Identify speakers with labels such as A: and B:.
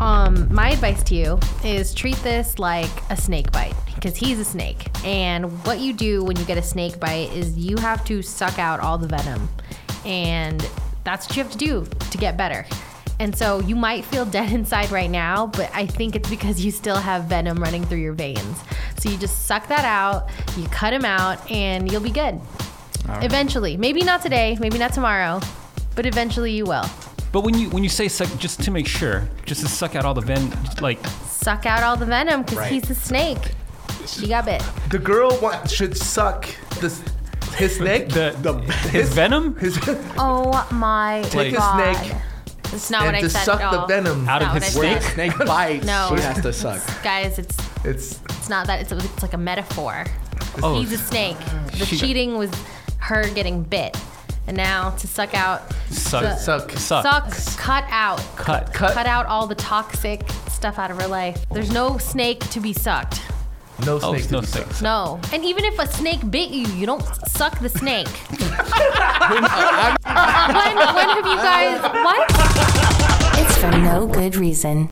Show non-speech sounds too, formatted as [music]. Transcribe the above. A: Um, my advice to you is treat this like a snake bite because he's a snake. And what you do when you get a snake bite is you have to suck out all the venom. And that's what you have to do to get better. And so you might feel dead [laughs] inside right now, but I think it's because you still have venom running through your veins. So you just suck that out, you cut him out, and you'll be good. Eventually. Maybe not today, maybe not tomorrow, but eventually you will.
B: But when you when you say suck, just to make sure, just to suck out all the ven, just like
A: Suck out all the venom because
C: Right.
A: he's a snake. She got bit.
C: The girl wa- should suck this, his
B: [laughs]
C: snake.
B: the, his,
C: [laughs]
B: venom
C: His,
A: Oh my
C: Take a
A: god.
C: snake
A: It's not
C: and
A: what I
C: to
A: said
C: suck
A: at
C: the
A: all.
C: venom
B: out of
A: No,
B: his
A: that's
B: snake.
A: not-
D: Snake bites.
A: No.
D: She has to suck.
A: Guys, it's
C: It's
A: it's not that it's, it's like a metaphor.
B: Oh.
A: He's a snake. The
B: She-
A: cheating was her getting bit. And now to suck out
B: Suck,
C: suck.
B: suck,
A: suck, cut out.
B: cut,
C: Cut.
A: Cut out all the toxic stuff out of her life. There's no snake to be sucked.
C: No
B: Oh,
C: snake.
B: no
C: to be
B: snake.
C: sucked.
A: No. And even if a snake bit you, you don't suck the snake. [laughs] when, when have you guys what?
E: It's for no good reason.